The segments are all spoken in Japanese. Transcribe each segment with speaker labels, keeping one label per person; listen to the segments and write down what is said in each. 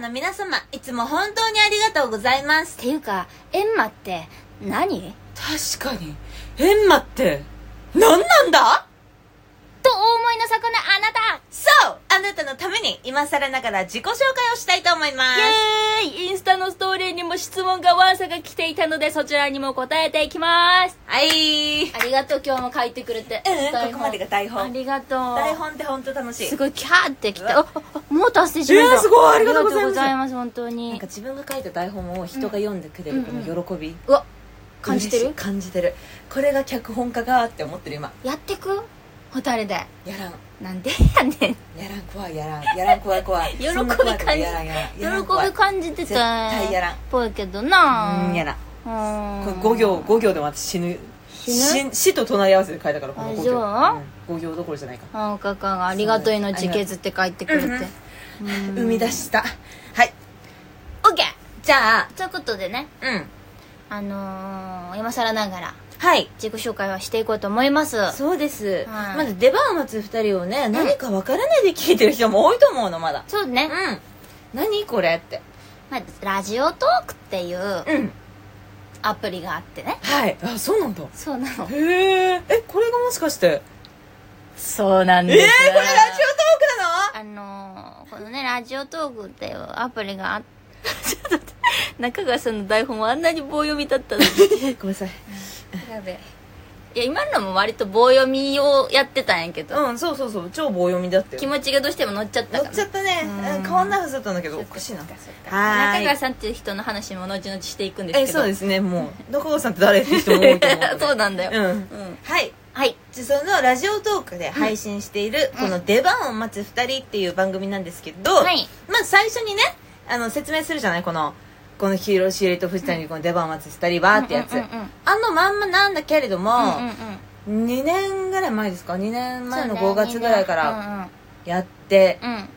Speaker 1: の皆様、いつも本当にありがとうございます
Speaker 2: っ。ていうかエンマって何
Speaker 1: 確かに、エンマって、何なんだ
Speaker 2: とお思いの底のあなた
Speaker 1: そうあなたのために、今更ながら自己紹介をしたいと思います。
Speaker 2: イエーイインスタのストーリーにも質問がわんさが来ていたのでそちらにも答えていきます
Speaker 1: はい。
Speaker 2: ありがとう今日も書いてくれて
Speaker 1: うん、ここまでが台
Speaker 2: あ
Speaker 1: 本。
Speaker 2: りがとう
Speaker 1: 台本って本当楽しい。
Speaker 2: すごいキャーってきたああもう達成しました
Speaker 1: えーすごいありがとうございます
Speaker 2: ありがとうございます本当
Speaker 1: なん
Speaker 2: に
Speaker 1: か自分が書いた台本を人が読んでくれるこの喜び、
Speaker 2: うわ感じて
Speaker 1: 嬉し
Speaker 2: る
Speaker 1: い感じてるこれが脚本家がって思ってる今
Speaker 2: やってくホタルで
Speaker 1: やらん
Speaker 2: なんでやねん
Speaker 1: やらん怖いやらんやらん怖い 怖い
Speaker 2: 喜び
Speaker 1: そんな怖いこと
Speaker 2: 感じ
Speaker 1: やらんやらん
Speaker 2: 喜
Speaker 1: やらん怖い
Speaker 2: び感じてた
Speaker 1: 絶対やらん
Speaker 2: ぽいけどな
Speaker 1: うんやらん
Speaker 2: うん
Speaker 1: これ5行5行でも私死ぬ
Speaker 2: 死ぬ
Speaker 1: 死死と隣り合わせで書いたからこの5行、
Speaker 2: あ
Speaker 1: うん、5行どころじゃないか
Speaker 2: あおかかが「ありがとう命削って帰ってくれて」うん
Speaker 1: 生み出したはい
Speaker 2: オッケー
Speaker 1: じゃあ
Speaker 2: ということでね
Speaker 1: うん
Speaker 2: あのー、今更ながら
Speaker 1: はい
Speaker 2: 自己紹介はしていこうと思います
Speaker 1: そうです、
Speaker 2: はい
Speaker 1: まだ出番を待つ2人をね何か分からないで聞いてる人も多いと思うのまだ
Speaker 2: そう
Speaker 1: う
Speaker 2: ね、
Speaker 1: ん何これって
Speaker 2: まあ、ラジオトークっていう
Speaker 1: うん
Speaker 2: アプリがあってね
Speaker 1: はいあそうなんだ
Speaker 2: そうなの
Speaker 1: へええこれがもしかして
Speaker 2: そうなん
Speaker 1: えー、これラジオトークなの
Speaker 2: あのー、このねラジオトークっていうアプリがあ ちょっと待って中川さんの台本はあんなに棒読みだったのに
Speaker 1: ごめんなさい
Speaker 2: やべいや今のも割と棒読みをやってたんやけど、
Speaker 1: うんそうそうそう超棒読みだって
Speaker 2: 気持ちがどうしても乗っちゃった
Speaker 1: 乗
Speaker 2: から
Speaker 1: っちゃったね
Speaker 2: うん
Speaker 1: うん変わんないはずだったんだけどおかしいなはー
Speaker 2: 中
Speaker 1: い
Speaker 2: 川さんっていう人の話も後々していくんですけ
Speaker 1: え
Speaker 2: ど
Speaker 1: そうですねもう中川さんって誰って人も多いと思 うので
Speaker 2: そうなんだよ、
Speaker 1: うん
Speaker 2: うん
Speaker 1: はい
Speaker 2: はい
Speaker 1: じゃあそのラジオトークで配信している、この「出番を待つ2人」っていう番組なんですけど、
Speaker 2: はい
Speaker 1: まず最初にねあの説明するじゃないこのこの広重と藤谷この出番を待つ2人はってやつ、
Speaker 2: うんうんうんうん
Speaker 1: あのまんまなんだけれども、
Speaker 2: うんうんうん
Speaker 1: 2年ぐらい前ですか2年前の
Speaker 2: そう
Speaker 1: 5
Speaker 2: ね
Speaker 1: 月ぐらいからやって
Speaker 2: うんうん、うん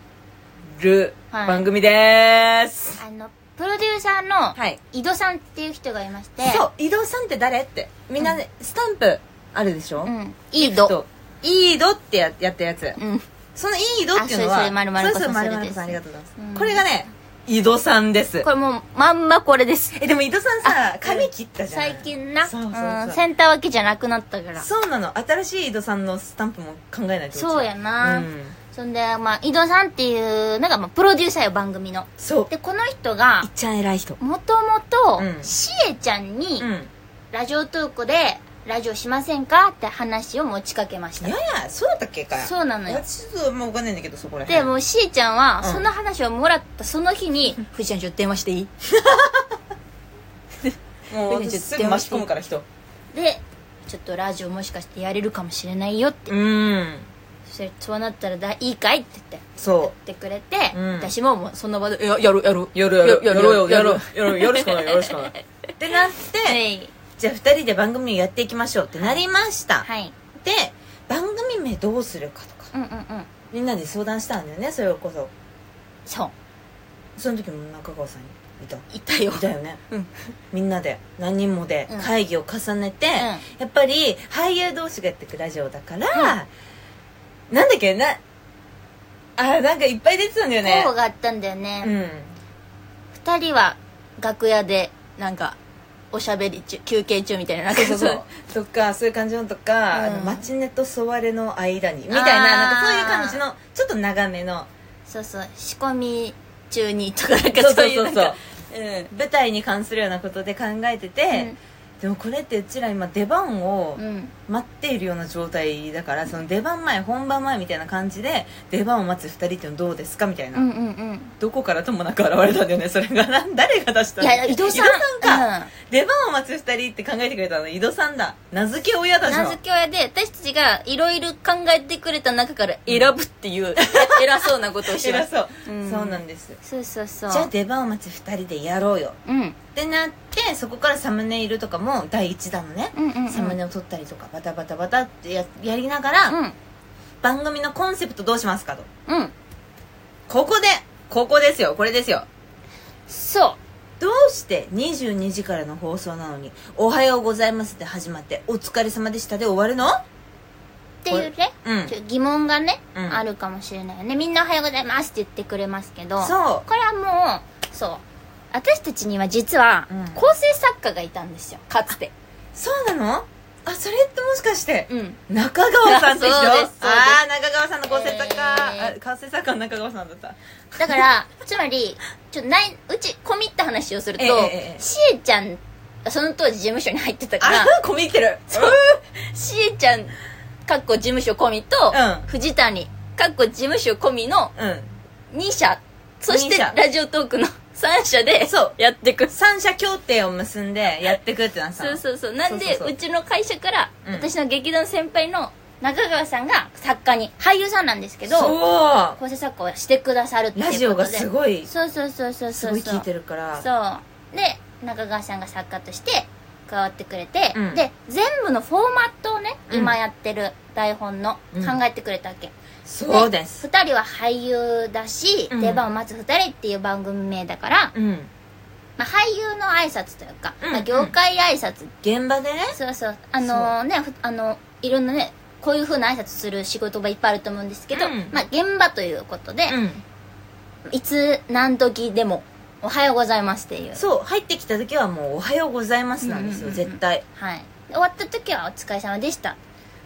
Speaker 1: る
Speaker 2: はい
Speaker 1: 番組です
Speaker 2: あのプロデューサーの
Speaker 1: はい、
Speaker 2: 井戸さんっていう人がいまして
Speaker 1: そう井戸さんって誰ってみんなね、スタンプあるでしょ、
Speaker 2: うん、井戸
Speaker 1: とイードってややったやつ
Speaker 2: うん
Speaker 1: そのイードっていうのは
Speaker 2: あそうそう丸々
Speaker 1: そうそう
Speaker 2: こそそれ
Speaker 1: 丸々
Speaker 2: です
Speaker 1: こそありがとうございます、
Speaker 2: うん
Speaker 1: これがね井戸さんです
Speaker 2: これもうまんまこれです
Speaker 1: えでも井戸さんさ髪切ったじゃん
Speaker 2: 最近な
Speaker 1: そうそうそう、
Speaker 2: ん、センター分けじゃなくなったから
Speaker 1: そうなの新しい井戸さんのスタンプも考えないと
Speaker 2: そうやな、
Speaker 1: うん
Speaker 2: そんで、まあ、井戸さんっていうのが、まあ、プロデューサーよ番組の
Speaker 1: そうい
Speaker 2: でこの人が
Speaker 1: っちゃん偉い人
Speaker 2: もともと
Speaker 1: うん
Speaker 2: しえちゃんに
Speaker 1: うん
Speaker 2: ラジオトークでラジオしませんかって話を持ちかけまし
Speaker 1: いや
Speaker 2: た
Speaker 1: いやそうだったっけか
Speaker 2: そうなのよ
Speaker 1: 私ちょっともうわかんないんだけどそこら辺
Speaker 2: でもうしーちゃんは
Speaker 1: うん
Speaker 2: その話をもらったその日に「藤ちゃんちょっと電話していい?
Speaker 1: もう私すぐ巻き込むから人」
Speaker 2: で「ちょっとラジオもしかしてやれるかもしれないよ」って
Speaker 1: うん
Speaker 2: そしてそうなったらだいいかいって言って
Speaker 1: そ
Speaker 2: 言ってくれて、
Speaker 1: うん
Speaker 2: 私ももうその場で「いややるやる
Speaker 1: うやるやる
Speaker 2: や
Speaker 1: や
Speaker 2: る
Speaker 1: ろうよ
Speaker 2: や
Speaker 1: や
Speaker 2: る
Speaker 1: ろうやろうよろし くないよろしくないってなって、
Speaker 2: はい
Speaker 1: じゃあ2人で番組をやっていきましょうってなりました、
Speaker 2: はい
Speaker 1: で番組名どうするかとか
Speaker 2: うんうんうん
Speaker 1: みんなで相談したんだよねそれこそ
Speaker 2: そう
Speaker 1: その時も中川さんいた
Speaker 2: いたよ
Speaker 1: いたよね
Speaker 2: うん
Speaker 1: みんなで何人もで
Speaker 2: うん
Speaker 1: 会議を重ねて、やっぱり俳優同士がやってくラジオだから、なんだっけなあなんかいっぱい出てたんだよね
Speaker 2: 候補があったんだよね、
Speaker 1: うん
Speaker 2: 二人は楽屋でなんかおしゃべり中休憩中みたいななんか
Speaker 1: そうそうそうとかそういう感じのとか、
Speaker 2: うん
Speaker 1: あのマチネとソワレの間にみたいな
Speaker 2: あー
Speaker 1: なんかそういう感じのちょっと長めの
Speaker 2: そうそう仕込み中にとかなんかそういうなんかうん
Speaker 1: 舞台に関するようなことで考えてて、でもこれってうちら今出番を
Speaker 2: うん
Speaker 1: 待っているような状態だからその出番前本番前みたいな感じで出番を待つ2人っていうのどうですかみたいな、
Speaker 2: うんうんうん
Speaker 1: どこからともなく現れたんだよねそれが な誰が出した
Speaker 2: い
Speaker 1: の
Speaker 2: や伊藤さん
Speaker 1: か、出番を待つ2人って考えてくれたの井戸さんだ名付け親
Speaker 2: う
Speaker 1: だ
Speaker 2: ん
Speaker 1: じ
Speaker 2: 名
Speaker 1: ゃ
Speaker 2: 付
Speaker 1: ん
Speaker 2: け親で私たちがいろいろ考えてくれた中から選ぶって いう、偉そうなことをしま
Speaker 1: 偉
Speaker 2: す
Speaker 1: そう、
Speaker 2: うん
Speaker 1: そうなんです
Speaker 2: そうそうそう
Speaker 1: じゃあ出番を待つ2人でやろうよ
Speaker 2: うん、うん
Speaker 1: ってなってそこからサムネイルとかも第1弾のね、
Speaker 2: うんうん
Speaker 1: サムネを撮ったりとかバタバタバタってややりながら、
Speaker 2: うん
Speaker 1: 番組のコンセプトどうしますかと
Speaker 2: うん
Speaker 1: ここでここですよこれですよ
Speaker 2: そ
Speaker 1: どうして22時からの放送なのに「おはようございます」って始まって「お疲れ様でした」で終わるの
Speaker 2: うっていうね
Speaker 1: うんうん
Speaker 2: ちょ疑問がね、
Speaker 1: うん
Speaker 2: あるかもしれないよねみんな「おはようございます」って言ってくれますけど
Speaker 1: そう
Speaker 2: これはもうそう私たちには実は
Speaker 1: うん
Speaker 2: 構成作家がいたんですよかつて
Speaker 1: そうなのあそれってもしかして
Speaker 2: うん
Speaker 1: 中川さんって人
Speaker 2: そうですそうです
Speaker 1: ああ中川さんの構成作家、
Speaker 2: えー
Speaker 1: あ構成作家の中川さんだった
Speaker 2: だから つまりちょないうちコミった話をすると、
Speaker 1: ええええ
Speaker 2: しえちゃんその当時事務所に入ってたから
Speaker 1: あ込み入ってる
Speaker 2: そうしえちゃんかっこ事務所込みと、
Speaker 1: うん
Speaker 2: 藤谷かっこ事務所込みの
Speaker 1: うん
Speaker 2: 2社そし
Speaker 1: 二
Speaker 2: て
Speaker 1: 社
Speaker 2: ラジオトークの3社で
Speaker 1: そう
Speaker 2: やってく
Speaker 1: 三者協定を結んでやってくってなった
Speaker 2: そ
Speaker 1: の
Speaker 2: うそうそうなんで
Speaker 1: そうそうそう
Speaker 2: ちの会社から、
Speaker 1: うん
Speaker 2: 私の劇団先輩の中川さんが作家に俳優さんなんですけど
Speaker 1: そ
Speaker 2: 構成作家をしてくださるって
Speaker 1: う
Speaker 2: いうこ
Speaker 1: ラ
Speaker 2: とで
Speaker 1: ジオがすごい
Speaker 2: そうそうそうそう
Speaker 1: す
Speaker 2: そう
Speaker 1: ごい聞いてるから
Speaker 2: そうで中川さんが作家として加わってくれて、
Speaker 1: うん
Speaker 2: で全部のフォーマットをね
Speaker 1: うん
Speaker 2: 今やってる台本の、
Speaker 1: うん
Speaker 2: 考えてくれたわけ
Speaker 1: そうです
Speaker 2: 2人は俳優だし、
Speaker 1: うん
Speaker 2: 出番を待つ2人っていう番組名だから、
Speaker 1: うん
Speaker 2: まあ、俳優の挨拶というか、
Speaker 1: うん
Speaker 2: まあ、業界挨拶、
Speaker 1: 現場でね
Speaker 2: そうそうあのーねふあのいろんなねこういう風な挨拶する仕事場いっぱいあると思うんですけど、
Speaker 1: うん
Speaker 2: まあ、現場ということで、
Speaker 1: う
Speaker 2: いつ何時でも「おはようございます」っていうん
Speaker 1: そう入ってきた時はもう「おはようございます」なんですよ
Speaker 2: うんうんうんうん
Speaker 1: 絶対
Speaker 2: はい、で終わった時は「お疲れ様でした」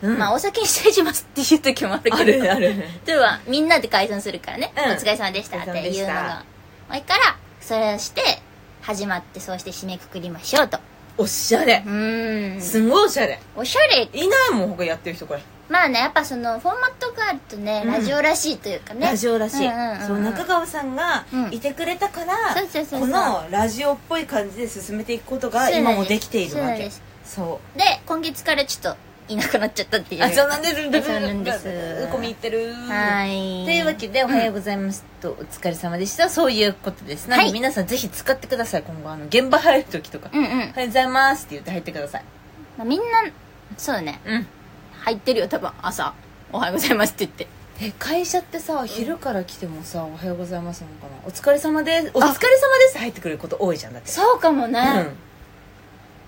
Speaker 1: うん
Speaker 2: まあお先に失礼しますっていう時もあるけど
Speaker 1: あるある
Speaker 2: 例えばみんなで解散するからね、
Speaker 1: うん
Speaker 2: お疲れ様でしたっていうのがまあいいからそれをして始まってそうして締めくくりましょうと
Speaker 1: おしゃれ
Speaker 2: うーん
Speaker 1: すんごいおしゃれ
Speaker 2: おしゃれ
Speaker 1: いないもん他やってる人これ
Speaker 2: まあねやっぱそのフォーマットがあるとね、
Speaker 1: うん
Speaker 2: ラジオらしいというかね
Speaker 1: ラジオらしい
Speaker 2: うんうんうんうん
Speaker 1: そう中川さんが
Speaker 2: うん
Speaker 1: いてくれたから
Speaker 2: そうそうそうそう
Speaker 1: このラジオっぽい感じで進めていくことが
Speaker 2: そうなんです
Speaker 1: 今もできているわ
Speaker 2: そうなん
Speaker 1: け
Speaker 2: です
Speaker 1: そう
Speaker 2: で今月からちょっといなくなっちゃったっていう
Speaker 1: あそうなんです
Speaker 2: そうなんです
Speaker 1: 込み入ってる
Speaker 2: はい
Speaker 1: というわけで「おはようございます」と「お疲れ様でした」そういうことですなの
Speaker 2: は
Speaker 1: で
Speaker 2: い
Speaker 1: 皆さんぜひ使ってください今後あの現場入る時とか「
Speaker 2: うんうん、
Speaker 1: おはようございます」って言って入ってください
Speaker 2: まあ、みんなそうね
Speaker 1: うん
Speaker 2: 入ってるよ多分朝「おはようございます」って言って
Speaker 1: え会社ってさ昼から来てもさ「おはようございます」なのかな「お疲れ様です」「お疲れ様です」入ってくること多いじゃんだって
Speaker 2: そうかもね、
Speaker 1: うん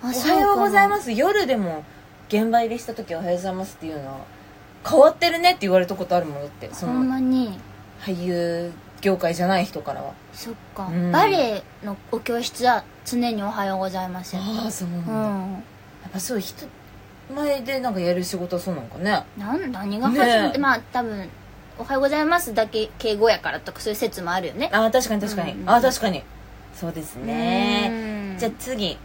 Speaker 2: あ
Speaker 1: お
Speaker 2: そ
Speaker 1: はようござい
Speaker 2: す
Speaker 1: ます夜でも現場入りした時「おはようございます」っていうのは変わってるねって言われたことあるものだってそ
Speaker 2: ほん
Speaker 1: の
Speaker 2: まに
Speaker 1: 俳優業界じゃない人からは
Speaker 2: そっか、
Speaker 1: うん
Speaker 2: バレエのお教室は常に「おはようございます」やった
Speaker 1: ああそうなん
Speaker 2: う
Speaker 1: だ、や
Speaker 2: ん
Speaker 1: っぱそう人前でなんかやる仕事はそうなのかね
Speaker 2: なん何が始まっ
Speaker 1: ね
Speaker 2: て、
Speaker 1: え
Speaker 2: まあ多分「おはようございます」だけ敬語やからとかそういう説もあるよね
Speaker 1: ああ確かに確かに、
Speaker 2: うんうんうん
Speaker 1: ああ確かにそうですね
Speaker 2: うん
Speaker 1: じゃあ次